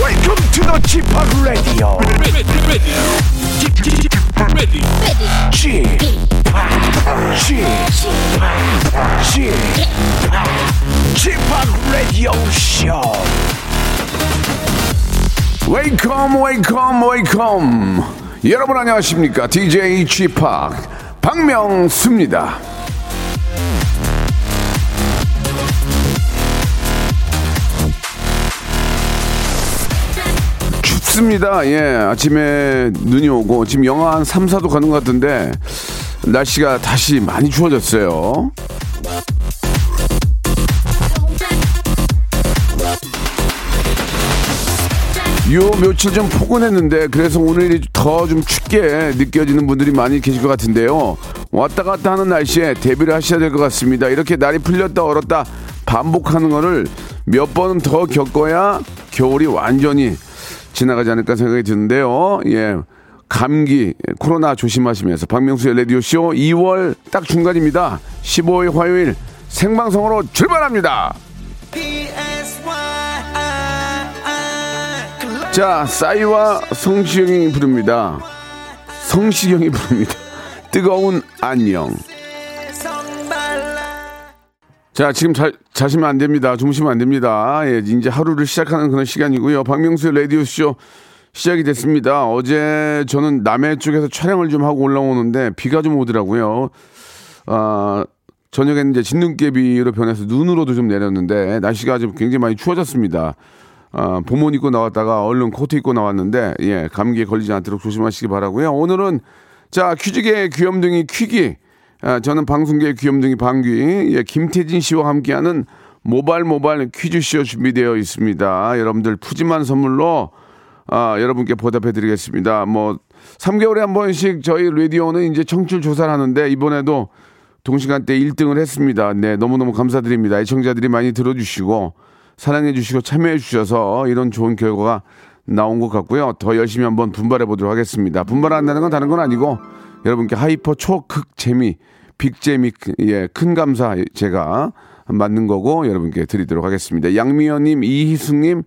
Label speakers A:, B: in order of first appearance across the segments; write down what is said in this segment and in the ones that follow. A: Welcome to the g p o p Radio.
B: ready, ready, ready,
A: g p o p g p o p g p o p Radio Show. Welcome, Welcome, Welcome. 여러분 안녕하십니까? DJ g p o p 박명수입니다. 춥습니다. 예. 아침에 눈이 오고 지금 영하 한 3, 4도 가는 것 같은데 날씨가 다시 많이 추워졌어요. 요 며칠 좀 포근했는데 그래서 오늘이 더 좀 춥게 느껴지는 분들이 많이 계실 것 같은데요. 왔다 갔다 하는 날씨에 대비를 하셔야 될 것 같습니다. 이렇게 날이 풀렸다 얼었다 반복하는 거를 몇 번 더 겪어야 겨울이 완전히 지나가지 않을까 생각이 드는데요. 예. 감기, 코로나 조심하시면서 박명수의 라디오쇼 2월 딱 중간입니다. 15일 화요일 생방송으로 출발합니다. 자, 싸이와 성시경이 부릅니다. 성시경이 부릅니다. 뜨거운 안녕. 자, 지금 자, 자시면 안 됩니다. 주무시면 안 됩니다. 예, 이제 하루를 시작하는 그런 시간이고요. 박명수의 라디오쇼 시작이 됐습니다. 어제 저는 남해 쪽에서 촬영을 좀 하고 올라오는데 비가 좀 오더라고요. 아, 저녁에는 이제 진눈깨비로 변해서 눈으로도 좀 내렸는데 날씨가 좀 굉장히 많이 추워졌습니다. 아, 봄옷 입고 나왔다가 얼른 코트 입고 나왔는데 예, 감기에 걸리지 않도록 조심하시기 바라고요. 오늘은 자, 퀴즈계의 귀염둥이 퀴기 아, 저는 방송계의 귀염둥이 방귀 예, 김태진 씨와 함께하는 모발 모발 퀴즈쇼 준비되어 있습니다. 여러분들 푸짐한 선물로 아, 여러분께 보답해 드리겠습니다. 뭐 3개월에 한 번씩 저희 라디오는 이제 청취율 조사를 하는데 이번에도 동시간대 1등을 했습니다. 네, 너무너무 감사드립니다. 애청자들이 많이 들어주시고 사랑해 주시고 참여해 주셔서 이런 좋은 결과가 나온 것 같고요. 더 열심히 한번 분발해 보도록 하겠습니다. 분발한다는 건 다른 건 아니고 여러분께 하이퍼 초극 재미, 빅 재미, 예, 큰 감사 제가 맞는 거고 여러분께 드리도록 하겠습니다. 양미연님, 이희숙님,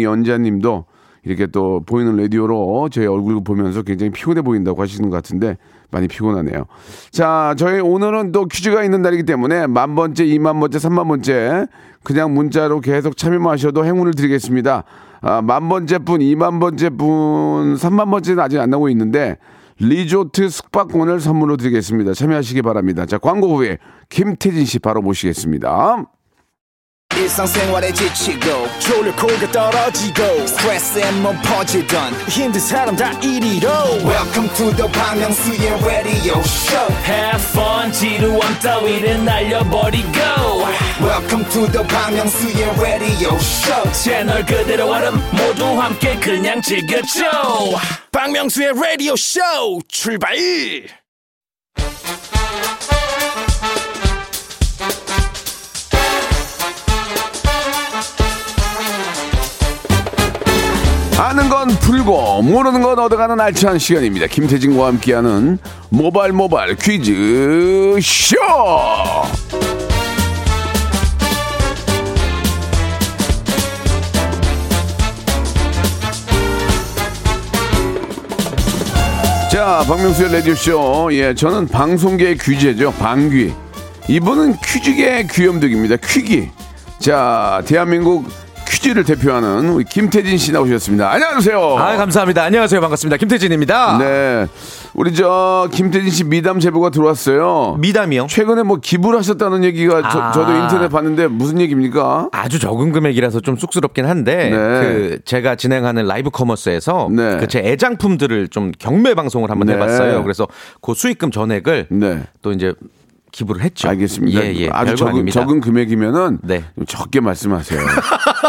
A: 정연자님도 이렇게 또 보이는 라디오로 제 얼굴 보면서 굉장히 피곤해 보인다고 하시는 것 같은데 많이 피곤하네요. 자, 저희 오늘은 또 퀴즈가 있는 날이기 때문에 만 번째, 이만 번째, 삼만 번째 그냥 문자로 계속 참여만 하셔도 행운을 드리겠습니다. 아, 만 번째 분, 이만 번째 분, 삼만 번째는 아직 안 나오고 있는데 리조트 숙박권을 선물로 드리겠습니다. 참여하시기 바랍니다. 자, 광고 후에 김태진 씨 바로 모시겠습니다.
C: 일상생활에 지치고, 졸려 코가 떨어지고, 스트레스에 몸 퍼지던, 힘든 사람 다 이리로. welcome to the Bang Myung-soo's radio show
D: Have fun 지루함 따위를 날려버리고
C: welcome to the Bang Myung-soo's radio show
D: 채널 그대로 와름 모두 함께 그냥 즐겨줘
C: 박명수의 radio show 출발
A: 아는 건 풀고 모르는 건 얻어가는 알찬 시간입니다. 김태진과 함께하는 모발 모발 퀴즈 쇼. 자, 박명수의 라디오 쇼. 예, 저는 방송계의 규제죠. 방귀. 이분은 퀴즈계의 귀염둥입니다. 퀴기. 자, 대한민국 퀴즈를 대표하는 우리 김태진 씨 나오셨습니다. 안녕하세요.
E: 아 감사합니다. 안녕하세요. 반갑습니다. 김태진입니다.
A: 네. 우리 저 김태진 씨 미담 제보가 들어왔어요.
E: 미담이요.
A: 최근에 뭐 기부를 하셨다는 얘기가
E: 아.
A: 저, 도 인터넷 봤는데 무슨 얘기입니까?
E: 아주 적은 금액이라서 좀 쑥스럽긴 한데 그 제가 진행하는 라이브 커머스에서
A: 네.
E: 그 제 애장품들을 좀 경매 방송을 한번
A: 네.
E: 해봤어요. 그래서 그 수익금 전액을
A: 네.
E: 또 이제 기부를 했죠.
A: 알겠습니다.
E: 예, 예.
A: 아주
E: 별거
A: 적은,
E: 아닙니다.
A: 적은 금액이면은
E: 네.
A: 좀 적게 말씀하세요.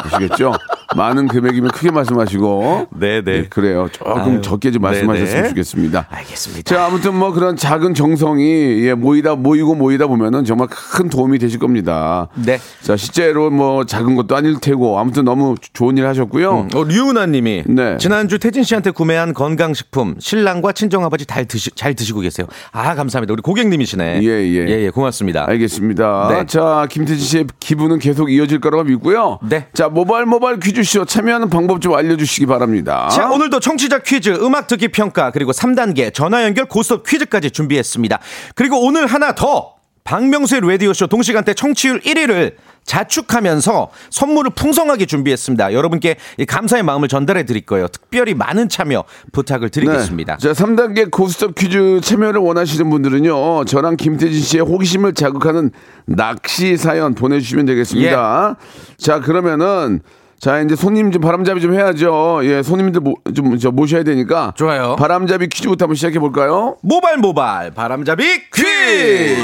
A: 아시겠죠? 많은 금액이면 크게 말씀하시고.
E: 네, 네.
A: 예, 그래요. 조금
E: 아유,
A: 적게 좀
E: 네,
A: 말씀하셨으면
E: 네.
A: 좋겠습니다.
E: 알겠습니다.
A: 자, 아무튼 뭐 그런 작은 정성이 예, 모이다 모이고 모이다 보면은 정말 큰 도움이 되실 겁니다.
E: 네.
A: 자, 실제로 뭐 작은 것도 아닐 테고 아무튼 너무 좋은 일 하셨고요.
E: 어, 류은아님이
A: 네.
E: 지난주 태진 씨한테 구매한 건강식품 신랑과 친정아버지 잘, 드시, 잘 드시고 계세요. 아 감사합니다. 우리 고객님이시네.
A: 예, 예.
E: 예, 고맙습니다.
A: 알겠습니다.
E: 네.
A: 자, 김태진 씨의 기분은 계속 이어질 거라고 믿고요.
E: 네.
A: 자, 모발 모발 퀴즈 퀴즈쇼 참여하는 방법 좀 알려주시기 바랍니다.
E: 자, 오늘도 청취자 퀴즈, 음악 듣기 평가, 그리고 3단계 전화 연결 고스톱 퀴즈까지 준비했습니다. 그리고 오늘 하나 더! 박명수의 라디오쇼 동시간대 청취율 1위를 자축하면서 선물을 풍성하게 준비했습니다. 여러분께 이 감사의 마음을 전달해 드릴 거예요. 특별히 많은 참여 부탁을 드리겠습니다.
A: 네. 자, 3단계 고스톱 퀴즈 참여를 원하시는 분들은요, 저랑 김태진 씨의 호기심을 자극하는 낚시 사연 보내주시면 되겠습니다. 자, 그러면은, 자, 이제 손님 좀 바람잡이 좀 해야죠. 예, 손님들 모, 좀, 저, 모셔야 되니까.
E: 좋아요.
A: 바람잡이 퀴즈부터 한번 시작해볼까요?
E: 모발 모발 바람잡이 퀴즈.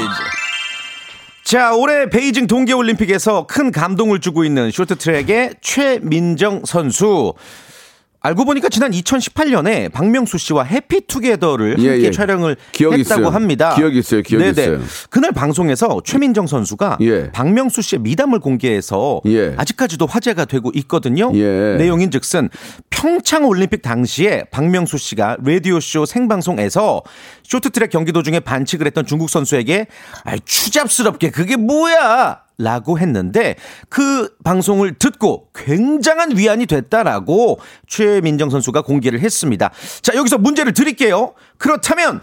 E: 자, 올해 베이징 동계올림픽에서 큰 감동을 주고 있는 쇼트트랙의 최민정 선수. 알고 보니까 지난 2018년에 박명수 씨와 해피투게더를
A: 예,
E: 함께
A: 예.
E: 촬영을
A: 기억이
E: 했다고
A: 있어요.
E: 합니다.
A: 기억이 있어요. 기억이 있어요.
E: 그날 방송에서 최민정 선수가
A: 예.
E: 박명수 씨의 미담을 공개해서
A: 예.
E: 아직까지도 화제가 되고 있거든요.
A: 예.
E: 내용인즉슨 평창 올림픽 당시에 박명수 씨가 라디오 쇼 생방송에서 쇼트트랙 경기 도중에 반칙을 했던 중국 선수에게 아 추잡스럽게 그게 뭐야? 라고 했는데 그 방송을 듣고 굉장한 위안이 됐다라고 최민정 선수가 공개를 했습니다. 자, 여기서 문제를 드릴게요. 그렇다면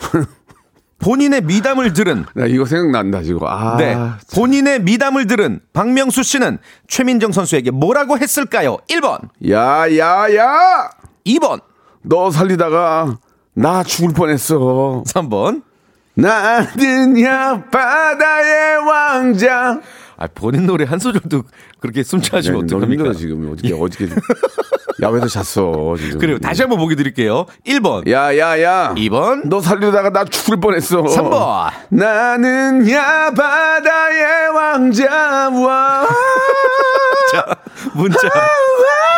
E: 본인의 미담을 들은
A: 나 이거 생각난다, 지금. 아.
E: 네. 본인의 미담을 들은 박명수 씨는 최민정 선수에게 뭐라고 했을까요? 1번,
A: 야, 야, 야!
E: 2번,
A: 너 살리다가 나 죽을 뻔했어.
E: 3번.
A: 나는야 바다의 왕자.
E: 아, 본인 노래 한 소절도 그렇게 숨차시면
A: 네, 너무 힘들어 지금 어저께 어저께 야외에서 잤어 지금.
E: 그래요. 다시 한번 보기 드릴게요.
A: 예.
E: 1번,
A: 야야야.
E: 2번,
A: 너 살리다가 나 죽을 뻔했어.
E: 3번.
A: 나는 야 바다의 왕자. 와.
E: 자, 문자.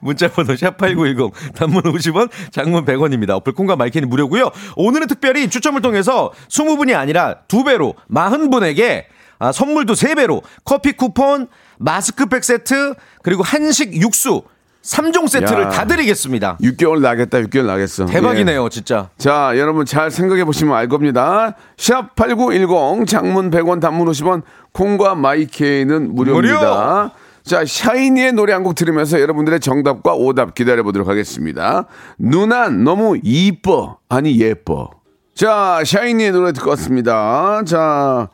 E: 문자 번호 샵8910 단문 50원 장문 100원입니다. 어플 콩과 마이크는 무료고요. 오늘은 특별히 추첨을 통해서 20분이 아니라 2배로 40분에게 아, 선물도 3배로 커피 쿠폰, 마스크팩 세트 그리고 한식 육수 3종 세트를
A: 야.
E: 다 드리겠습니다.
A: 6개월 나겠다. 6개월 나겠어. 예.
E: 대박이네요, 진짜.
A: 자, 여러분 잘 생각해 보시면 알 겁니다. 샵 8910 장문 100원 단문 50원 콩과 마이케이는 무료입니다. 자, 샤이니의 노래 한 곡 들으면서 여러분들의 정답과 오답 기다려 보도록 하겠습니다. 누나 너무 이뻐. 아니 예뻐. 자, 샤이니의 노래 듣고 왔습니다. 자,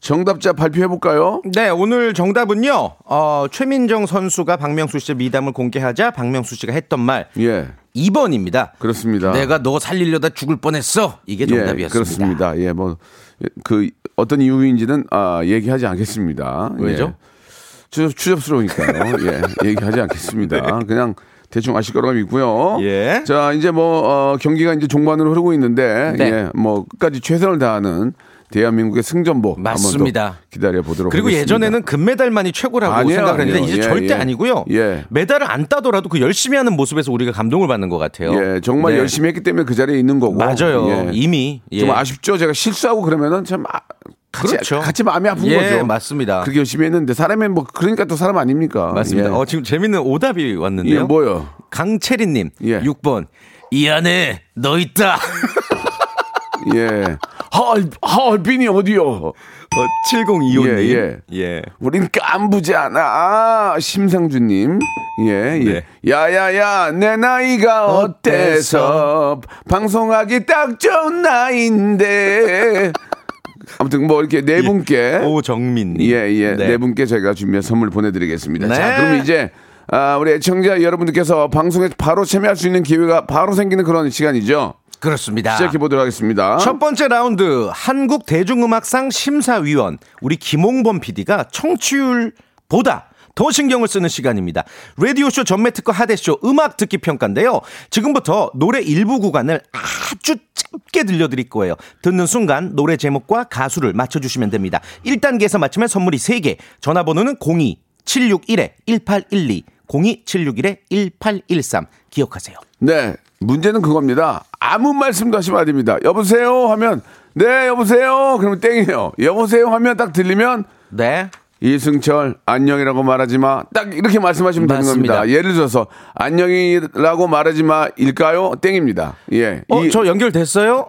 A: 정답자 발표해 볼까요?
E: 네, 오늘 정답은요. 어, 최민정 선수가 박명수 씨의 미담을 공개하자 박명수 씨가 했던 말
A: 예.
E: 2번입니다.
A: 그렇습니다.
E: 내가 너 살리려다 죽을 뻔했어. 이게 정답이었습니다.
A: 아. 예, 그렇습니다. 예, 뭐 그 어떤 이유인지는 아, 얘기하지 않겠습니다. 예.
E: 왜죠?
A: 추- 추접스러우니까요. 예, 얘기하지 않겠습니다. 그냥 대충 아실 거라고 믿고요.
E: 네. 예.
A: 자, 이제 뭐 어, 경기가 이제 종반으로 흐르고 있는데
E: 네.
A: 예, 뭐 끝까지 최선을 다하는 대한민국의 승전보
E: 맞습니다.
A: 기다려 보도록
E: 그리고
A: 하겠습니다.
E: 예전에는 금메달만이 최고라고
A: 아니에요,
E: 생각을 했는데
A: 아니에요.
E: 이제
A: 예, 예.
E: 절대 아니고요.
A: 예.
E: 메달을 안 따더라도 그 열심히 하는 모습에서 우리가 감동을 받는 것 같아요.
A: 예, 정말
E: 네.
A: 열심히 했기 때문에 그 자리에 있는 거고.
E: 맞아요.
A: 예.
E: 이미 예.
A: 좀 아쉽죠. 제가 실수하고 그러면은 참 아, 같이
E: 그렇죠.
A: 같이 마음이 아픈
E: 예,
A: 거죠.
E: 맞습니다.
A: 그렇게 열심히 했는데 사람이 뭐 그러니까 또 사람 아닙니까?
E: 맞습니다.
A: 예.
E: 어, 지금 재밌는 오답이 왔는데요.
A: 예, 뭐요?
E: 강채린님
A: 예.
E: 6번 이 안에 너 있다.
A: 예. 하얼 하얼빈이 어디요?
E: 어, 7025님
A: 예, 우린 깐부잖아. 심상주님. 예, 예.
E: 네.
A: 야야야, 내 나이가 어때서 방송하기 딱 좋은 나이인데. 아무튼 뭐 이렇게 네 분께
E: 예. 오정민님
A: 예, 예. 네. 분께 저희가 준비한 선물 보내드리겠습니다. 자,
E: 네.
A: 그럼 이제, 아, 우리 애청자 여러분들께서 방송에 바로 참여할 수 있는 기회가 바로 생기는 그런 시간이죠.
E: 그렇습니다.
A: 시작해보도록 하겠습니다.
E: 아. 첫 번째 라운드 한국 대중음악상 심사위원 우리 김홍범 PD가 청취율보다 더 신경을 쓰는 시간입니다. 라디오쇼 전매특허 하대쇼 음악 듣기 평가인데요. 지금부터 노래 일부 구간을 아주 짧게 들려드릴 거예요. 듣는 순간 노래 제목과 가수를 맞춰주시면 됩니다. 1단계에서 맞추면 선물이 3개, 전화번호는 02761-1812, 02761-1813 기억하세요.
A: 네. 문제는 그겁니다. 아무 말씀도 하시면 안 됩니다. 여보세요? 하면, 네, 여보세요? 그러면 땡이에요. 여보세요? 하면 딱 들리면,
E: 네.
A: 이승철, 안녕이라고 말하지 마. 딱 이렇게 말씀하시면 되는
E: 맞습니다.
A: 겁니다. 예를 들어서, 안녕이라고 말하지 마. 일까요? 땡입니다. 예.
E: 어,
A: 이-
E: 저 연결됐어요?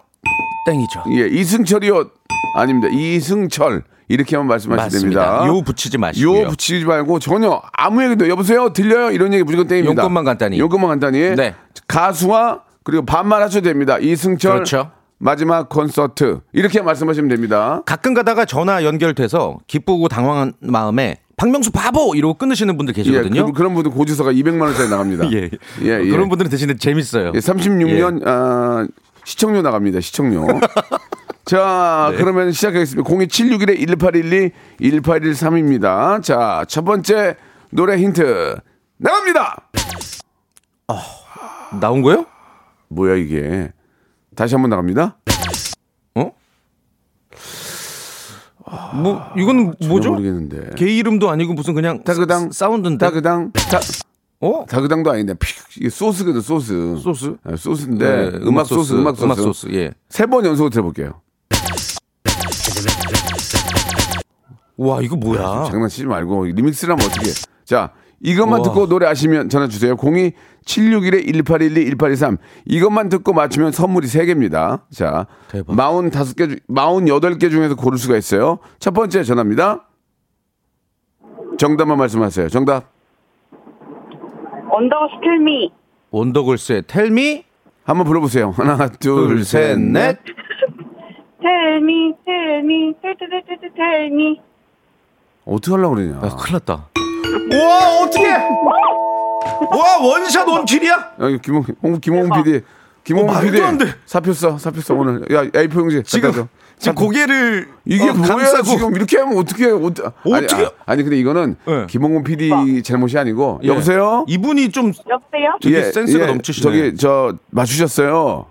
E: 땡이죠.
A: 예, 이승철이요. 아닙니다. 이승철. 이렇게 한번 말씀하시면
E: 맞습니다.
A: 됩니다.
E: 요 붙이지 마시고요.
A: 요 붙이지 말고 전혀 아무 얘기도 여보세요 들려요 이런 얘기 무조건 땡입니다.
E: 용건만 간단히.
A: 용건만 간단히.
E: 네.
A: 가수와 그리고 반말 하셔도 됩니다. 이승철
E: 그렇죠.
A: 마지막 콘서트 이렇게 말씀하시면 됩니다.
E: 가끔 가다가 전화 연결돼서 기쁘고 당황한 마음에 박명수 바보 이러고 끊으시는 분들 계시거든요.
A: 예, 그, 런 분들 고지서가 200만 원짜리 나갑니다.
E: 예.
A: 예, 예.
E: 그런 분들은 대신에 재밌어요.
A: 예, 36년 아, 시청료 나갑니다. 시청료. 자, 그러면 시작하겠습니다. 02761의 1812 1813입니다. 자, 첫 번째 노래 힌트 나갑니다.
E: 나온 거요?
A: 뭐야 이게? 다시 한번 나갑니다.
E: 어? 뭐 이건 뭐죠?
A: 아, 모르겠는데.
E: 개 이름도 아니고 무슨 그냥
A: 다그당
E: 사- 사운드인데.
A: 다그당 다,
E: 어?
A: 다그당도 아닌데 픽, 이게 소스거든 소스.
E: 소스?
A: 아, 소스인데 음악 소스, 음악 소스.
E: 네, 음악 소스. 예.
A: 세 번 연속으로 들어볼게요.
E: 와 이거 뭐야?
A: 아, 장난치지 말고 리믹스라면 어떻게 해. 자 이것만
E: 어. 우와.
A: 듣고 노래 아시면 전화 주세요 02 761의 1812 1823 이것만 듣고 맞추면 선물이 세개입니다자
E: 대박.
A: 45개 중 48개 중에서 고를 수가 있어요 첫 번째 전화입니다 정답만 말씀하세요 정답
F: 언더스 텔미
E: 원더걸스의 텔미
A: 한번 불러보세요 하나
E: 둘 셋 넷.
A: 둘셋넷
F: 텔미 텔미 텔텔텔텔 텔미
A: 어떻게 하려고 그러냐
E: 아, 큰일 났다. 와 어떻게? 와 원샷 원킬이야?
A: 야, 아, 이거 김홍 홍, 김홍 PD
E: 어,
A: 김홍
E: 말도
A: PD
E: 안 돼.
A: 사표 써 사표 써 오늘 야 A4 용지
E: 지금
A: 갖다 줘.
E: 지금 고개를
A: 이게
E: 어,
A: 뭐야
E: 감싸고
A: 지금 이렇게 하면 어떻게 어떻게
E: 어떡해?
A: 아니, 아니 근데 이거는
E: 예.
A: 김홍곤 PD 잘못이 아니고 여보세요 예,
E: 이분이 좀
F: 여보세요?
A: 네.
E: 되게 센스가 넘치시네.
A: 저기 저 맞추셨어요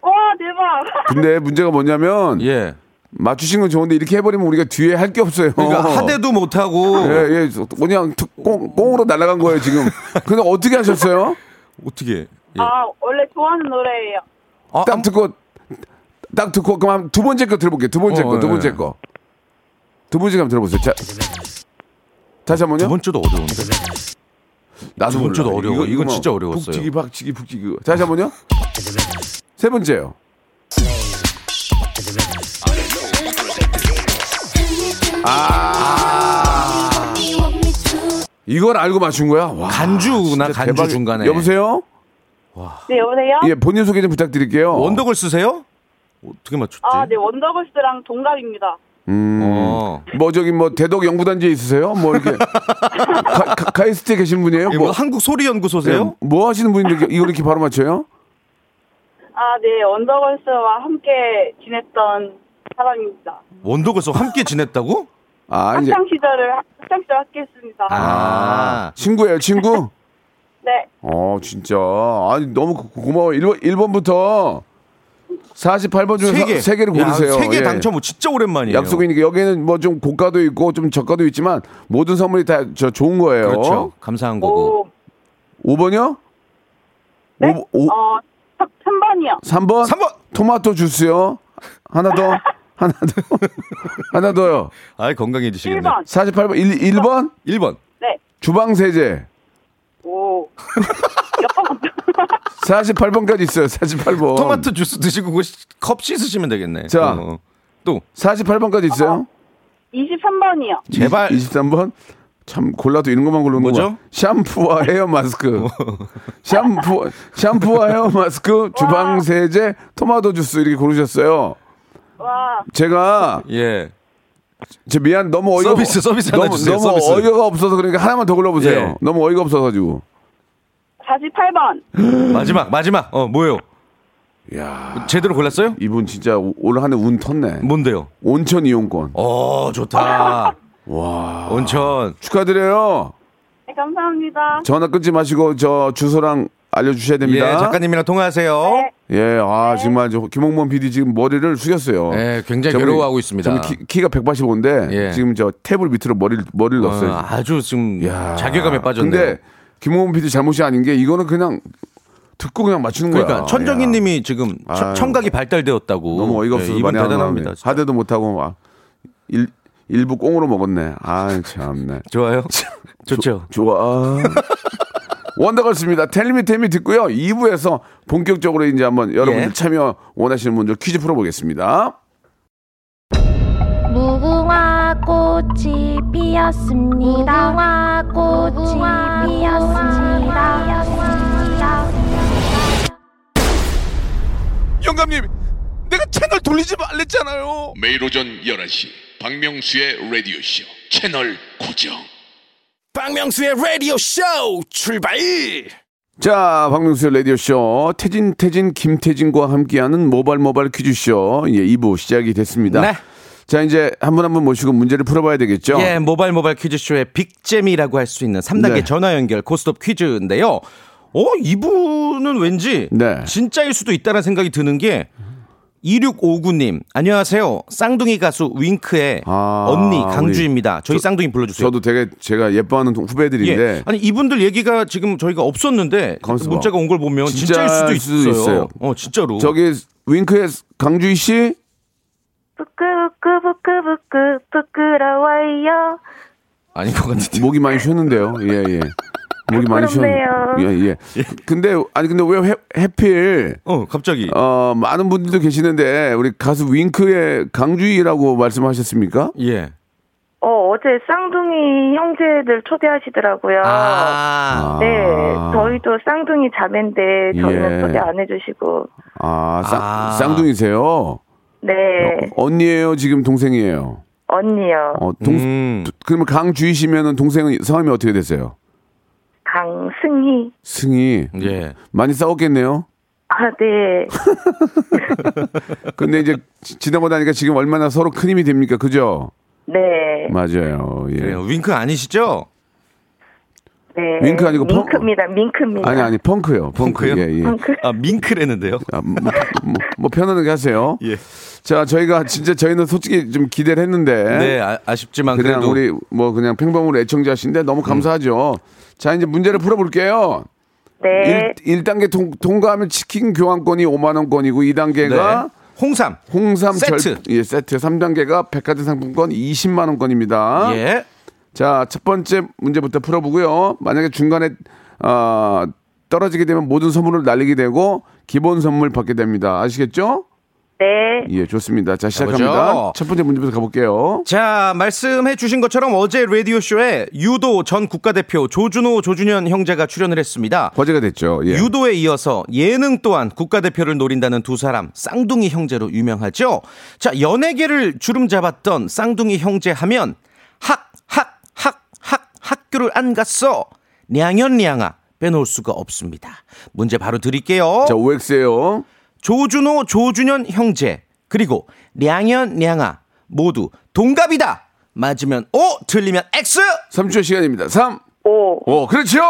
F: 와 대박
A: 근데 문제가 뭐냐면
E: 예.
A: 맞추신 건 좋은데 이렇게 해버리면 우리가 뒤에 할 게 없어요
E: 그러니까 하대도 못 하고
A: 예예 그냥 툭 꽁, 꽁으로 날아간 거예요 지금 근데 어떻게 하셨어요
E: 어떻게? 예.
F: 아 원래 좋아하는 노래예요
E: 아,
A: 딱 듣고 딱 듣고 그럼 한두 번째 거 들어볼게요 두 번째
E: 어,
A: 거 두
E: 예.
A: 번째 거 두 번째 거 한번 들어보세요 자 다시 한 번요
E: 두 번째도 어려운데.
A: 나도
E: 두 번째도 어려워. 이건
A: 뭐
E: 진짜 어려웠어요.
A: 북치기 박치기 북치기. 다시 한 번요. 세 번째요. 아. 이걸 알고 맞춘 거야? 와,
E: 간주나
A: 진짜
E: 간주
A: 대박이-
E: 중간에.
A: 여보세요?
F: 네 여보세요?
A: 예, 본인 소개 좀 부탁드릴게요.
E: 원덕을 쓰세요? 어떻게 맞췄지?
F: 아 네 원더걸스랑 동갑입니다
E: 어.
A: 뭐 저기 뭐 대덕 연구단지에 있으세요? 뭐 이렇게 가, 가, 가이스트에 계신 분이에요?
E: 이거
A: 뭐,
E: 한국 소리 연구소세요?
A: 뭐 하시는 분인데 이걸 이렇게 바로 맞춰요?
F: 아 네 원더걸스와 함께 지냈던 사람입니다
E: 아, 원덕에서 함께 지냈다고?
A: 아 이제
F: 학창 시절을 학창 시절 함께 했습니다
E: 아.
A: 친구예요, 친구?
F: 네
A: 어, 진짜. 아니, 너무 고- 고마워. 1번, 1번부터 48번 중에서
E: 세 개.
A: 3개. 를 고르세요.
E: 세개
A: 예.
E: 당첨 뭐 진짜 오랜만이에요.
A: 약속이니까 여기는 뭐 좀 고가도 있고 좀 저가도 있지만 모든 선물이 다 저 좋은 거예요.
E: 그렇죠. 감사한 거고.
F: 오,
A: 5번이요?
F: 네?
A: 오,
F: 어 3번이요
A: 3번?
E: 삼 번!
A: 토마토 주스요. 하나 더. 하나 더. 하나 더요.
E: 아이 건강해지시겠네.
F: 1번
A: 48번. 1, 1번?
E: 1번.
A: 주방 세제.
F: 오
A: 48번까지 있어요. 48번.
E: 토마토 주스 드시고 그거 시- 컵 씻으시면 되겠네.
A: 자.
E: 어. 또
A: 48번까지 있어요.
F: 23번이요
E: 제발
A: 23번. 참 골라도 이런 것만 고르는
E: 뭐죠?
A: 거죠? 샴푸와 헤어 마스크. 샴푸 샴푸와 헤어 마스크, 주방 세제, 토마토 주스 이렇게 고르셨어요.
F: 와
A: 제가
E: 예.
A: 제 미안 너무 어이가
E: 서비스, 서비스 하나
A: 너무,
E: 주세요,
A: 너무
E: 서비스.
A: 어이가 없어서 그러니까 하나만 더 골라 보세요.
E: 예.
A: 너무 어이가 없어 가지고.
F: 48번
E: 마지막 마지막. 어, 뭐예요?
A: 야,
E: 제대로 골랐어요?
A: 이분 진짜 오- 올 한해 운 텄네.
E: 뭔데요?
A: 온천 이용권.
E: 어, 좋다.
A: 와.
E: 온천.
A: 축하드려요.
F: 네 감사합니다
A: 전화 끊지 마시고 저 주소랑 알려 주셔야
E: 예,
A: 됩니다.
E: 작가님이랑 통화하세요.
F: 네.
A: 예, 아 정말 저 김홍범 PD 지금 머리를 숙였어요.
E: 예, 굉장히
A: 저분이-
E: 괴로워하고 있습니다.
A: 저분이 키, 키가 185인데
E: 예.
A: 지금 저 테이블 밑으로 머리를 머리를 넣었어요.
E: 어, 아주 지금
A: 야.
E: 자괴감에 빠졌네요.
A: 근데 김홍범 PD 잘못이 아닌 게 이거는 그냥 듣고 그냥 맞추는
E: 그러니까
A: 거야. 야,
E: 천정희님이 지금 처-
A: 아유.
E: 청각이 발달되었다고.
A: 너무 어이가 없어서
E: 예, 이분
A: 많이 안
E: 대단합니다.
A: 나옵니다. 하대도 못 하고 막 일, 일부 꽁으로 먹었네. 아 참네.
E: 좋아요. 좋죠.
A: 좋아. 원더걸스입니다. 텔미 텔미 듣고요. 2부에서 본격적으로 이제 한번 여러분들
E: 예.
A: 참여 원하시는 분들 퀴즈 풀어보겠습니다.
G: 무궁화 꽃이 피었습니다. 무궁화 꽃이 피었습니다.
H: 영감님, 내가 채널 돌리지 말랬잖아요.
B: 매일 오전 11시 박명수의 라디오쇼 채널 고정
H: 박명수의 라디오 쇼 출발.
A: 자, 박명수의 라디오쇼, 태진, 태진, 김태진과 함께하는 모발, 모발 퀴즈쇼, 예, 2부 시작이 됐습니다.
E: 네.
A: 자, 이제 한 분 한 분 모시고 문제를 풀어봐야 되겠죠?
E: 예, 모바일 모바일 퀴즈쇼의 빅잼이라고 할 수 있는 3단계
A: 네.
E: 전화 연결 고스톱 퀴즈인데요. 어, 이분은 왠지
A: 네.
E: 진짜일 수도 있다는 생각이 드는 게 2659님, 안녕하세요. 쌍둥이 가수 윙크의
A: 아,
E: 언니 강주입니다. 저희 쌍둥이 불러주세요.
A: 저도 되게 제가 예뻐하는 동- 후배들인데.
E: 예. 아니 이분들 얘기가 지금 저희가 없었는데
A: 가만있어 봐.
E: 문자가 온 걸 보면
A: 진짜일
E: 진짜일 수도
A: 수도
E: 있어요.
A: 있어요.
E: 어 진짜로.
A: 저기, 윙크의 강주희 씨?
G: 부끄부끄 부끄부끄 부끄러워요.
E: 아닌 것 같은데.
A: 목이 많이 쉬었는데요. 예, 예. 목이 많이 쉬었는데요. 예, 예. 근데, 아니, 근데 왜 해, 해필,
E: 어 갑자기.
A: 어, 많은 분들도 계시는데, 우리 가수 윙크의 강주희라고 말씀하셨습니까?
E: 예.
I: 어, 어제 쌍둥이 형제들 초대하시더라고요.
E: 아.
I: 네, 저희도 쌍둥이 자매인데 저희는
A: 예.
I: 초대 안 해주시고,
A: 아, 쌍,
E: 아.
A: 쌍둥이세요?
I: 네,
A: 어, 언니예요, 지금 동생이에요.
I: 언니요,
A: 어, 동,
E: 음.
A: 그러면 강주희 씨면은 동생은 성함이 어떻게 되세요?
I: 강승희.
A: 승희.
E: 예.
A: 많이 싸웠겠네요.
I: 아, 네,
A: 근데 이제 지- 지나고 나니까 지금 얼마나 서로 큰 힘이 됩니까? 그죠?
I: 네,
A: 맞아요. 예.
E: 그래요. 윙크 아니시죠?
I: 네.
A: 윙크 아니고 펑-
I: 민크입니다, 민크입니다.
A: 아니 아니 펑크요. 펑크.
E: 펑크요?
A: 예, 예.
E: 아 밍크라는데요.
A: 아, 뭐, 뭐, 뭐 편안하게 하세요.
E: 예.
A: 자, 저희가 진짜 저희는 솔직히 좀 기대를 했는데
E: 네 아, 아쉽지만
A: 그냥
E: 그래도 음.
A: 우리 뭐 그냥 평범한 애청자신데 너무 감사하죠. 자, 이제 문제를 풀어 볼게요.
I: 네,
A: 1, 단계 통, 과하면 치킨 교환권이 5만 원권이고
E: 네.
A: 2단계가
E: 홍삼.
A: 홍삼 절-
E: 세트.
A: 예, 세트. 3단계가 백화점 상품권 20만 원권입니다.
E: 예.
A: 자, 첫 번째 문제부터 풀어보고요. 만약에 중간에 아, 떨어지게 되면 모든 선물을 날리게 되고 기본 선물 받게 됩니다. 아시겠죠?
I: 네,
A: 예, 좋습니다. 자, 시작합니다.
E: 가보죠.
A: 첫 번째 문제부터 가볼게요.
E: 자, 말씀해 주신 것처럼 어제 라디오쇼에 유도 전 국가대표 조준호, 조준현 형제가 출연을 했습니다.
A: 과제가 됐죠. 예.
E: 유도에 이어서 예능 또한 국가대표를 노린다는 두 사람 쌍둥이 형제로 유명하죠. 자 연예계를 주름 잡았던 쌍둥이 형제 하면 학 학 학 학 학교를 안 갔어 량현량아 빼놓을 수가 없습니다. 문제 바로 드릴게요.
A: 자, OX예요.
E: 조준호 조준현 형제 그리고 량현량아 모두 동갑이다. 맞으면 O 틀리면 X.
A: 3초 시간입니다. 3,
I: 오,
A: 5. 그렇죠!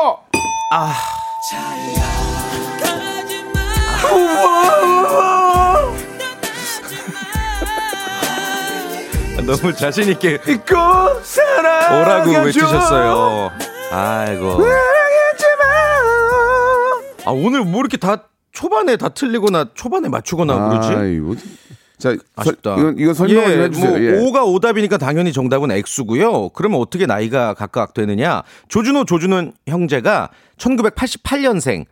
E: 너무 자신 있게
A: 있고 사랑
E: 아이고. 아 오늘 뭐 이렇게 다 초반에 다 틀리거나 초반에 맞추거나 그러지?
A: 아이고. 자,
E: 아쉽다.
A: 설- 이건, 이건 설명을
E: 예,
A: 좀 해주세요.
E: 뭐
A: 예.
E: O가 오답이니까 당연히 정답은 X고요. 그러면 어떻게 나이가 각각 되느냐? 조준호 조준은 형제가 1988년생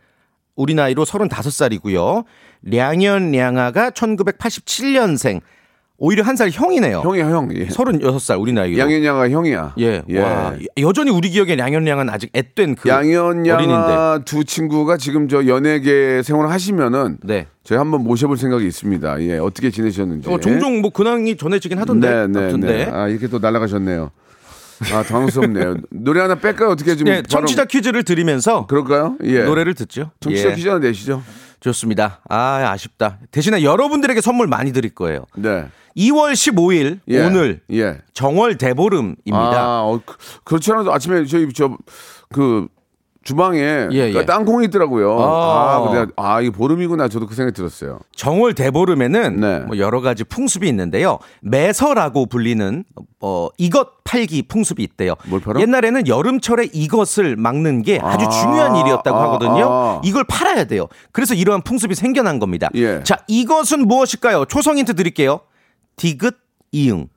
E: 우리 나이로 35살이고요. 량현 량아가 1987년생 오히려 한 살 형이네요.
A: 형이야, 형. 예.
E: 36살 우리 나이로.
A: 양현양아 형이야.
E: 예, 와 여전히 우리 기억에 량현량은 아직 앳된 그 어린인데.
A: 양현양아 두 친구가 지금 저 연예계 생활을 하시면은
E: 네.
A: 저희 한번 모셔볼 생각이 있습니다. 예, 어떻게 지내셨는지.
E: 어, 종종 뭐 근황이 전해지긴 하던데.
A: 네, 네,
E: 아무튼
A: 네.
E: 네.
A: 아 이렇게 또 날아가셨네요. 아 당황스럽네요. 노래 하나 뺄까요? 어떻게 좀
E: 네,
A: 바로-
E: 청취자 퀴즈를 드리면서
A: 그럴까요? 예.
E: 노래를 듣죠.
A: 청취자
E: 예,
A: 퀴즈 하나 내시죠.
E: 좋습니다. 아, 아쉽다. 대신에 여러분들에게 선물 많이 드릴 거예요.
A: 네.
E: 2월 15일
A: 예.
E: 오늘
A: 예.
E: 정월 대보름입니다.
A: 아, 어, 그- 그렇지 않아도 아침에 저희 저 그 주방에 그러니까
E: 예, 예.
A: 땅콩이 있더라고요. 아,
E: 아.
A: 근데 아, 이게 보름이구나. 저도 그 생각이 들었어요.
E: 정월 대보름에는
A: 네.
E: 뭐 여러 가지 풍습이 있는데요. 매서라고 불리는 어 이것 팔기 풍습이 있대요.
A: 뭘 팔아?
E: 옛날에는 여름철에 이것을 막는 게 아주
A: 아,
E: 중요한 일이었다고
A: 아,
E: 하거든요.
A: 아.
E: 이걸 팔아야 돼요. 그래서 이러한 풍습이 생겨난 겁니다.
A: 예.
E: 자, 이것은 무엇일까요? 초성 힌트 드릴게요. 디귿 이응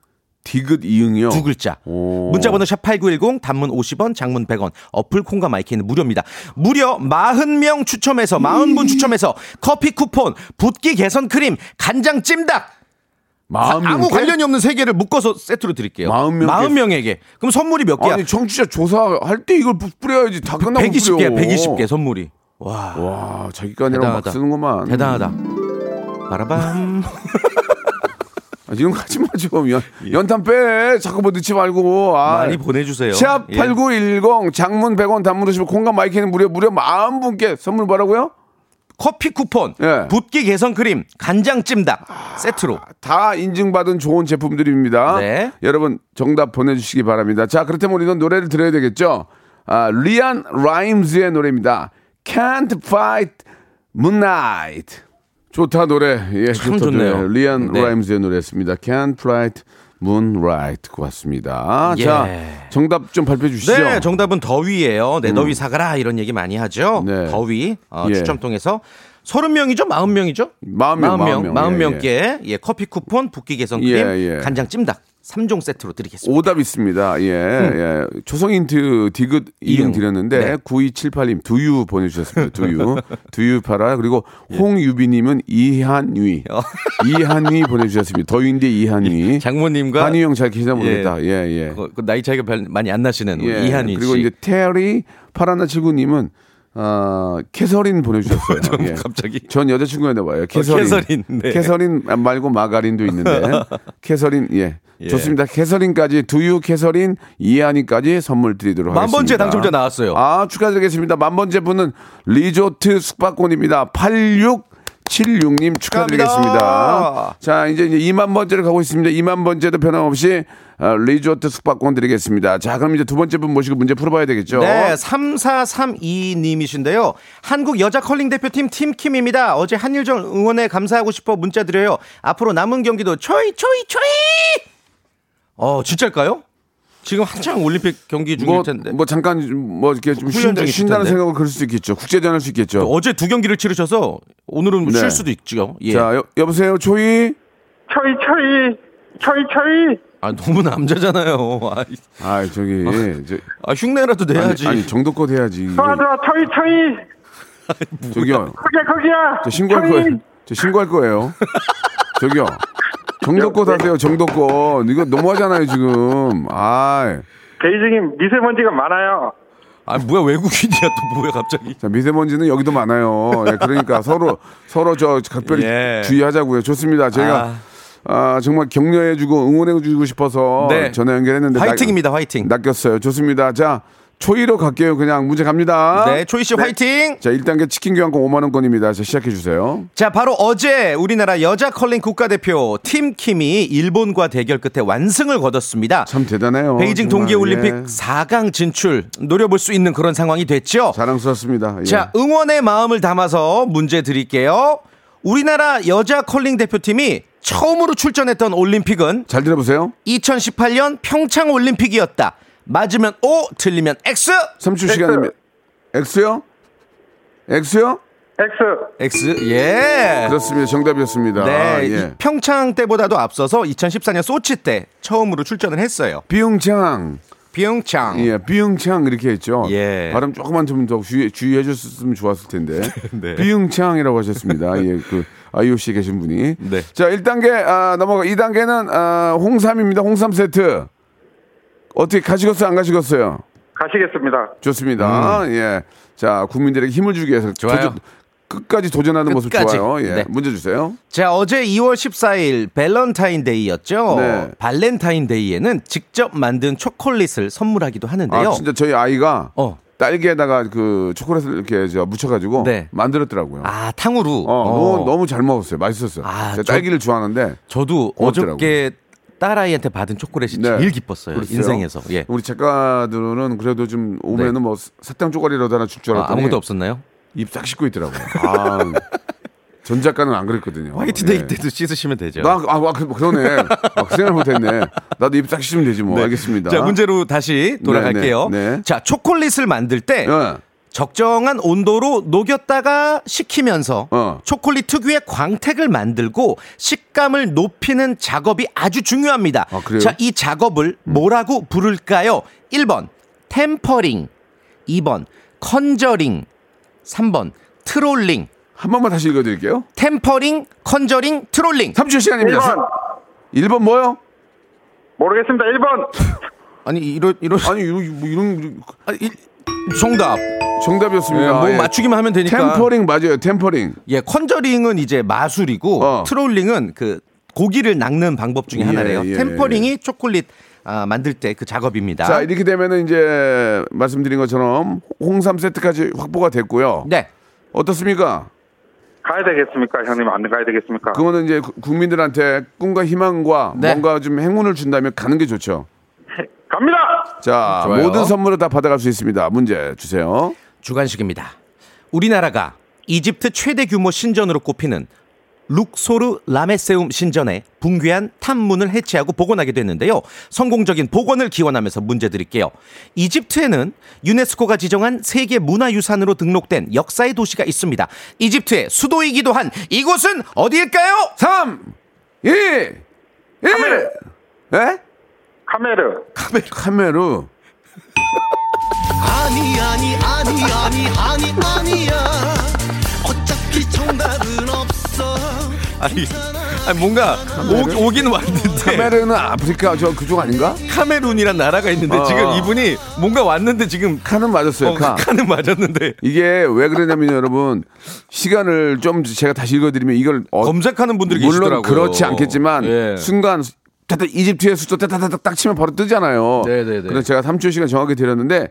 A: 디귿 이응이요.
E: 두 글자.
A: 어. 오.
E: 문자번호 샵 8910 단문 50원, 장문 100원. 어플 콩과 마이크는 무료입니다. 무려 40명
A: 음.
E: 추첨해서 40분 추첨해서 커피 쿠폰, 붓기 개선 크림, 간장 찜닭
A: 마음
E: 아무
A: 명께?
E: 관련이 없는 세 개를 묶어서 세트로 드릴게요.
A: 마흔 명께?
E: 에게 그럼 선물이 몇 개야?
A: 아니 청취자 조사할 때 이걸 뿌- 뿌려야지 다 끝나고 뿌려.
E: 120개, 120개 선물이. 와.
A: 와 자기가 아니라 막
E: 대단하다.
A: 쓰는구만.
E: 대단하다. 바라밤.
A: 아, 이런 거 하지 마 좀. 연, 연탄 빼. 자꾸 뭐 넣지 말고. 아.
E: 예. 많이 보내주세요.
A: 샵
E: 예.
A: 8910 장문 100원 단문 오시면 콩과 마이크는 무료 무료 마음 분께 선물 바라고요?
E: 커피 쿠폰,
A: 예. 아,
E: 붓기 개선 크림, 간장 찜닭 세트로.
A: 다 인증받은 좋은 제품들입니다.
E: 네.
A: 여러분 정답 보내주시기 바랍니다. 자 그렇다면 우리는 노래를 들어야 되겠죠. 아, 리안 라임즈의 노래입니다. Can't Fight Moonlight. 좋다 노래. 예,
E: 참
A: 좋다
E: 좋네요.
A: 노래. 리안
E: 네.
A: 라임즈의 노래였습니다. Can't Fight Moonlight. 고맙습니다.
E: 예.
A: 자 정답 좀 발표해 주시죠. 음.
E: 네, 정답은 더위예요. 네, 더위 사가라 이런 얘기 많이 하죠.
A: 네.
E: 더위 어,
A: 예.
E: 추첨 통해서 30명이죠? 40명이죠?
A: 마흔 명, 마흔 명. 예,
E: 께 예, 커피 쿠폰, 붓기 개선 크림,
A: 예, 예.
E: 간장 찜닭 3종 세트로 드리겠습니다.
A: 오답 있습니다. 예, 예. 초성 힌트 디귿
E: 음. 이응.
A: 이응 드렸는데
E: 네.
A: 9278님 두유 보내주셨습니다. 두유. 두유 팔아. 그리고
E: 예.
A: 홍유비님은 이한위. 이한위 보내주셨습니다. 더위인데 이한위.
E: 어. 장모님과
A: 한위 형잘 계시나 모르겠다. 예, 예.
E: 그, 그 나이 차이가 별 많이 안 나시는
A: 예.
E: 우리 이한희
A: 그리고
E: 씨.
A: 이제 테리 파라나 칠구님은 어, 캐서린 보내주셨어요. 예.
E: 갑자기
A: 전 여자친구였나 봐요. 캐서린.
E: 어, 캐서린, 네.
A: 캐서린 말고 마가린도 있는데. 캐서린, 예.
E: 예.
A: 좋습니다. 캐서린까지, 두유 캐서린, 이하니까지 선물 드리도록
E: 만
A: 하겠습니다.
E: 번째 당첨자 나왔어요.
A: 아, 축하드리겠습니다. 만번째 분은 리조트 숙박권입니다. 8676님 축하드리겠습니다.
E: 축하합니다.
A: 자, 이제 이제 2만 번째를 가고 있습니다. 2만 번째도 변함없이 아, 리조트 숙박권 드리겠습니다. 자, 그럼 이제 두 번째 분 모시고 문제 풀어봐야 되겠죠?
E: 네, 3432님이신데요. 한국 여자 컬링 대표팀 팀킴입니다. 어제 한일전 응원에 감사하고 싶어 문자 드려요. 앞으로 남은 경기도 초이 초이 초이. 어, 진짜일까요? 지금 한창 올림픽 경기 중일
A: 뭐,
E: 텐데.
A: 뭐 잠깐 뭐 이렇게 좀
E: 훈련
A: 쉰다,
E: 중이실
A: 쉰다는
E: 텐데.
A: 생각을 그럴 수 있겠죠. 국제전 할 수 있겠죠.
E: 어제 두 경기를 치르셔서 오늘은 뭐
A: 네.
E: 쉴 수도 있죠. 예.
A: 자, 여, 여보세요, 초이.
I: 초이 초이 초이 초이
E: 아, 너무 남자잖아요. 아,
A: 아, 저기 저,
E: 아, 흉내라도
A: 아니,
E: 내야지.
A: 아니 정도껏 해야지. 이거
I: 좋아 초이 초이
A: 저기요,
I: 거기야 거기야
A: 저 신고할 거예요. 저 신고할 거예요. 저기요, 정도껏 하세요. 정도껏 이거 너무하잖아요 지금. 아,
I: 베이징에 미세먼지가 많아요
E: 아, 뭐야 외국인이야 또 뭐야 갑자기.
A: 자 미세먼지는 여기도 많아요. 예, 그러니까 서로 서로 저 각별히
E: 예.
A: 주의하자고요. 좋습니다. 제가
E: 아.
A: 아, 정말 격려해주고 응원해주고 싶어서
E: 네.
A: 전화 연결했는데
E: 화이팅입니다, 화이팅.
A: 낚, 였어요 좋습니다. 자 초이로 갈게요. 그냥 문제 갑니다.
E: 네, 초이 씨 화이팅.
A: 자, 1단계 치킨 교환권 5만 원권입니다. 자, 시작해 주세요.
E: 자, 바로 어제 우리나라 여자 컬링 국가대표 팀킴이 일본과 대결 끝에 완승을 거뒀습니다.
A: 참 대단해요.
E: 베이징
A: 정말.
E: 동계올림픽
A: 예.
E: 4강 진출 노려볼 수 있는 그런 상황이 됐죠.
A: 자랑스럽습니다. 예.
E: 자, 응원의 마음을 담아서 문제 드릴게요. 우리나라 여자 컬링 대표팀이 처음으로 출전했던 올림픽은
A: 잘 들어보세요.
E: 2018년 평창 올림픽이었다. 맞으면 O, 틀리면 X.
A: 30초 시간입니다. X요? X요?
I: 엑스
E: X. 예.
A: 그렇습니다. 정답이었습니다. 아,
E: 네, 이
A: 예.
E: 평창 때보다도 앞서서 2014년 소치 때 처음으로 출전을 했어요.
A: 비용창.
E: 평창.
A: 예, 비용창 이렇게 했죠.
E: 예.
A: 발음 조금만 좀 더 주의, 주의해 줬으면 좋았을 텐데.
E: 네.
A: 비용창이라고 하셨습니다. 예, 그 IOC 에 계신 분이.
E: 네.
A: 자, 1단계 아, 넘어가. 2단계는 아, 홍삼입니다. 홍삼 세트. 어떻게 가시겠어요? 안 가시겠어요?
I: 가시겠습니다
A: 좋습니다. 예. 자, 국민들에게 힘을 주기 위해서
E: 음. 좋아요.
A: 도전- 끝까지 도전하는 모습
E: 끝까지.
A: 좋아요. 예.
E: 네.
A: 문제 주세요.
E: 자, 어제 2월 14일 밸런타인데이였죠.
A: 네.
E: 발렌타인데이에는 직접 만든 초콜릿을 선물하기도 하는데요.
A: 아, 진짜 저희 아이가
E: 어.
A: 딸기에다가 그 초콜릿을 이렇게 저 묻혀가지고
E: 네.
A: 만들었더라고요.
E: 아, 탕후루.
A: 어, 너무, 너무 잘 먹었어요. 맛있었어요.
E: 아,
A: 제가
E: 저-
A: 딸기를 좋아하는데.
E: 저도
A: 고맙더라고요.
E: 어저께 딸아이한테 받은 초콜릿이
A: 네.
E: 제일 기뻤어요.
A: 그랬어요?
E: 인생에서. 예.
A: 우리 작가들은 그래도 좀 오면은
E: 네.
A: 뭐 사탕 쪼가리라도 하나 줄 줄
E: 아,
A: 알았더니
E: 아무것도 없었나요?
A: 입싹 씻고 있더라고요. 아, 전 작가는 안 그랬거든요.
E: 화이트데이
A: 예.
E: 때도 씻으시면 되죠.
A: 나, 아, 아, 그- 그러네. 아, 생각 못했네. 나도 입싹 씻으면 되지 뭐. 알겠습니다.
E: 네. 자, 문제로 다시 돌아갈게요.
A: 네, 네, 네.
E: 자, 초콜릿을 만들 때
A: 예.
E: 적정한 온도로 녹였다가 식히면서
A: 어.
E: 초콜릿 특유의 광택을 만들고 식감을 높이는 작업이 아주 중요합니다.
A: 아, 그래요? 음.
E: 자, 이 작업을 뭐라고 부를까요? 1번 템퍼링, 2번 컨저링, 3번 트롤링.
A: 한 번만 다시 읽어드릴게요.
E: 템퍼링, 컨저링, 트롤링.
A: 3초 시간입니다.
I: 1번
A: 1번 뭐요?
I: 모르겠습니다. 1번.
E: 아니 이런 이런
A: 아니 이거 뭐 이런
E: 아니, 이- 정답.
A: 정답이었습니다.
E: 예, 뭐
A: 예.
E: 맞추기만 하면 되니까.
A: 템퍼링 맞아요. 템퍼링.
E: 예, 컨저링은 이제 마술이고
A: 어.
E: 트롤링은 그 고기를 낚는 방법 중에
A: 예,
E: 하나래요.
A: 예,
E: 템퍼링이 초콜릿 아, 만들 때 그 작업입니다.
A: 자 이렇게 되면은 이제 말씀드린 것처럼 홍삼 세트까지 확보가 됐고요.
E: 네.
A: 어떻습니까?
I: 가야 되겠습니까? 형님 안 가야 되겠습니까?
A: 그거는 이제 구- 국민들한테 꿈과 희망과
E: 네.
A: 뭔가 좀 행운을 준다면 가는 게 좋죠.
I: 갑니다.
A: 자
E: 좋아요.
A: 모든 선물을 다 받아갈 수 있습니다. 문제 주세요.
E: 주간식입니다. 우리나라가 이집트 최대 규모 신전으로 꼽히는 룩소르 라메세움 신전에 붕괴한 탐문을 해체하고 복원하기도 했는데요. 성공적인 복원을 기원하면서 문제 드릴게요. 이집트에는 유네스코가 지정한 세계 문화유산으로 등록된 역사의 도시가 있습니다. 이집트의 수도이기도 한 이곳은 어디일까요?
A: 3, 2, 1.
I: 카메르.
A: 예?
I: 카메르.
A: 카메루.
H: 아니 아니 아니 아니 아니 아니야 어차피 정답은 없어
E: 아니, 아니 뭔가 오, 긴 왔는데
A: 카메르는 아프리카 저 그쪽 아닌가?
E: 카메룬이란 나라가 있는데
A: 어.
E: 지금 이분이 뭔가 왔는데 지금
A: 카는 맞았어요.
E: 어,
A: 카.
E: 칸은 맞았는데
A: 이게 왜 그러냐면 여러분 시간을 좀 제가 다시 읽어드리면 이걸 어-
E: 검색하는 분들이
A: 물론
E: 계시더라고요.
A: 그렇지 않겠지만
E: 예.
A: 순간 따따 이집트의 수도 따따따딱 딱 치면 바로 뜨잖아요.
E: 네네네.
A: 그래서 제가 3초 시간 정확히 드렸는데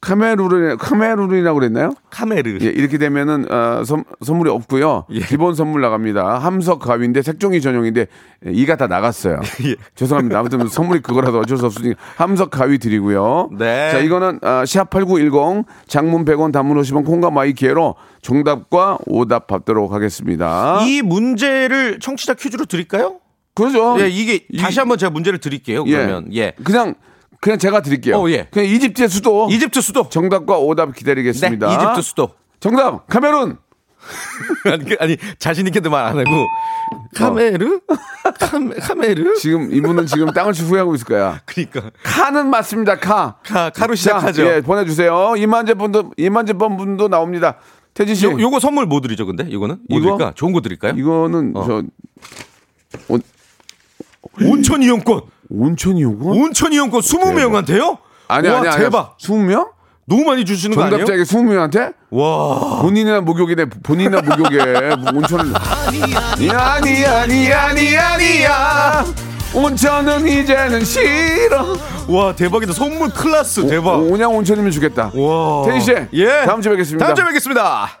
A: 카메룬 카메룬이라고 그랬나요?
E: 카메르.
A: 예, 이렇게 되면은 어, 선, 선물이 없고요.
E: 예.
A: 기본 선물 나갑니다. 함석 가위인데 색종이 전용인데 예, 이가 다 나갔어요.
E: 예.
A: 죄송합니다. 아무튼 선물이 그거라도 어쩔 수 없으니 함석 가위 드리고요.
E: 네.
A: 자, 이거는 아, 시합 8910 장문 100원 단문 50원 콩과 마이키에로 정답과 오답 받도록 하겠습니다.
E: 이 문제를 청취자 퀴즈로 드릴까요?
A: 그러죠.
E: 예, 이게
A: 어, 이-
E: 다시 한번 제가 문제를 드릴게요. 그러면 예.
A: 그냥 그냥 제가 드릴게요.
E: 어, 예.
A: 그냥 이집트의 수도
E: 이집트 수도.
A: 정답과 오답
E: 네,
A: 기다리겠습니다.
E: 이집트 수도.
A: 정답 카메룬.
E: 아니, 그- 아니 자신 있게도 말 안 하고 카메르? 카메, 카메르?
A: 어. 지금 이분은 지금 땅을 치 후회하고 있을 거야.
E: 그러니까
A: 카는 맞습니다. 카.
E: 카 카로
A: 자,
E: 시작하죠.
A: 예, 보내주세요. 이만재 분도 이만재 번 분도 나옵니다. 태진 씨,
E: 요, 요거 선물 뭐 드리죠, 근데? 이거는? 뭐
A: 예. 이거?
E: 드릴까? 좋은 거 드릴까요?
A: 이거는
E: 어.
A: 저
E: 온천 이용권!
A: 온천 이용권?
E: 온천 이용권 20명한테요?
A: 아니
E: 와,
A: 아니 아니.
E: 대박!
A: 20명?
E: 너무 많이 주시는 거 아니에요?
A: 정답자에게 20명한테?
E: 와.
A: 본인이나 목욕이네. 본인이나 목욕에 뭐 온천을 아니 아니 아니 아니야. 온천은 이제는 싫어.
E: 와, 대박이다. 선물 클라스 대박.
A: 오, 그냥 온천이면 주겠다.
E: 와.
A: 태진 씨,
E: 예.
A: 다음 주에 뵙겠습니다.
E: 다음 주에 뵙겠습니다.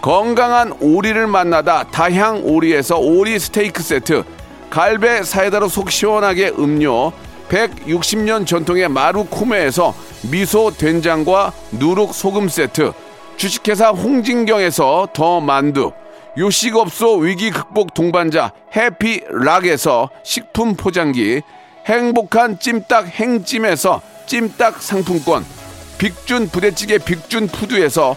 A: 건강한 오리를 만나다 다향 오리에서 오리 스테이크 세트, 갈배 사이다로 속 시원하게 음료, 160년 전통의 마루코메에서 미소 된장과 누룩 소금 세트, 주식회사 홍진경에서 더 만두, 요식업소 위기 극복 동반자 해피락에서 식품 포장기, 행복한 찜닭 행찜에서 찜닭 상품권, 빅준 부대찌개 빅준 푸드에서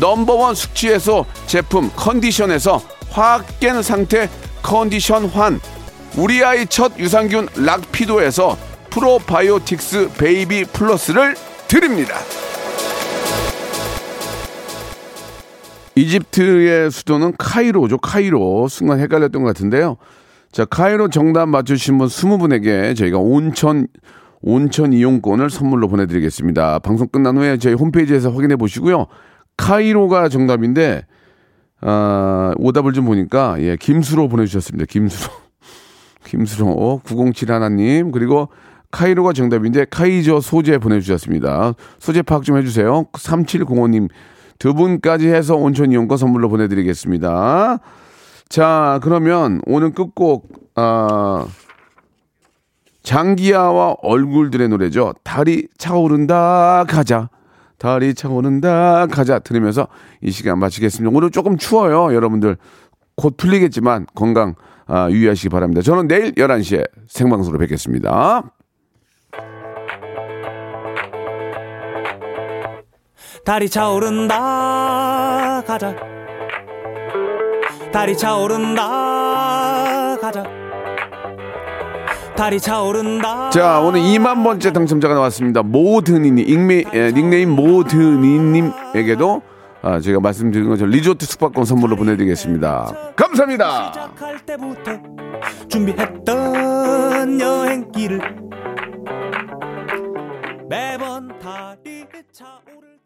A: 넘버원 숙취해소 제품 컨디션에서 화학 깬 상태 컨디션 환 우리 아이 첫 유산균 락피도에서 프로바이오틱스 베이비 플러스를 드립니다. 이집트의 수도는 카이로죠. 카이로. 순간 헷갈렸던 것 같은데요. 자, 카이로 정답 맞추신 분 20분에게 저희가 온천 온천 이용권을 선물로 보내 드리겠습니다. 방송 끝난 후에 저희 홈페이지에서 확인해 보시고요. 카이로가 정답인데 아, 오답을 좀 보니까 예, 김수로 보내 주셨습니다. 김수로. 김수로 907 하나님 그리고 카이로가 정답인데 카이저 소재 보내주셨습니다. 소재 파악 좀 해주세요. 3705님 두 분까지 해서 온천 이용권 선물로 보내드리겠습니다. 자 그러면 오늘 끝곡 아, 장기야와 얼굴들의 노래죠. 달이 차오른다 가자. 달이 차오른다 가자 들으면서 이 시간 마치겠습니다. 오늘 조금 추워요. 여러분들 곧 풀리겠지만 건강 아, 유의하시기 바랍니다. 저는 내일 11시에 생방송으로 뵙겠습니다.
D: 달이 차오른다 가자 달이 차오른다 가자 달이 차오른다
A: 자, 오늘 2만 번째 당첨자가 나왔습니다. 모드니님, 익메, 예, 닉네임 모드니님에게도 아, 제가 말씀드린 것처럼 리조트 숙박권 선물로 보내드리겠습니다. 감사합니다.
D: 시작할 때부터 준비했던 여행길을 매번 달이 차오를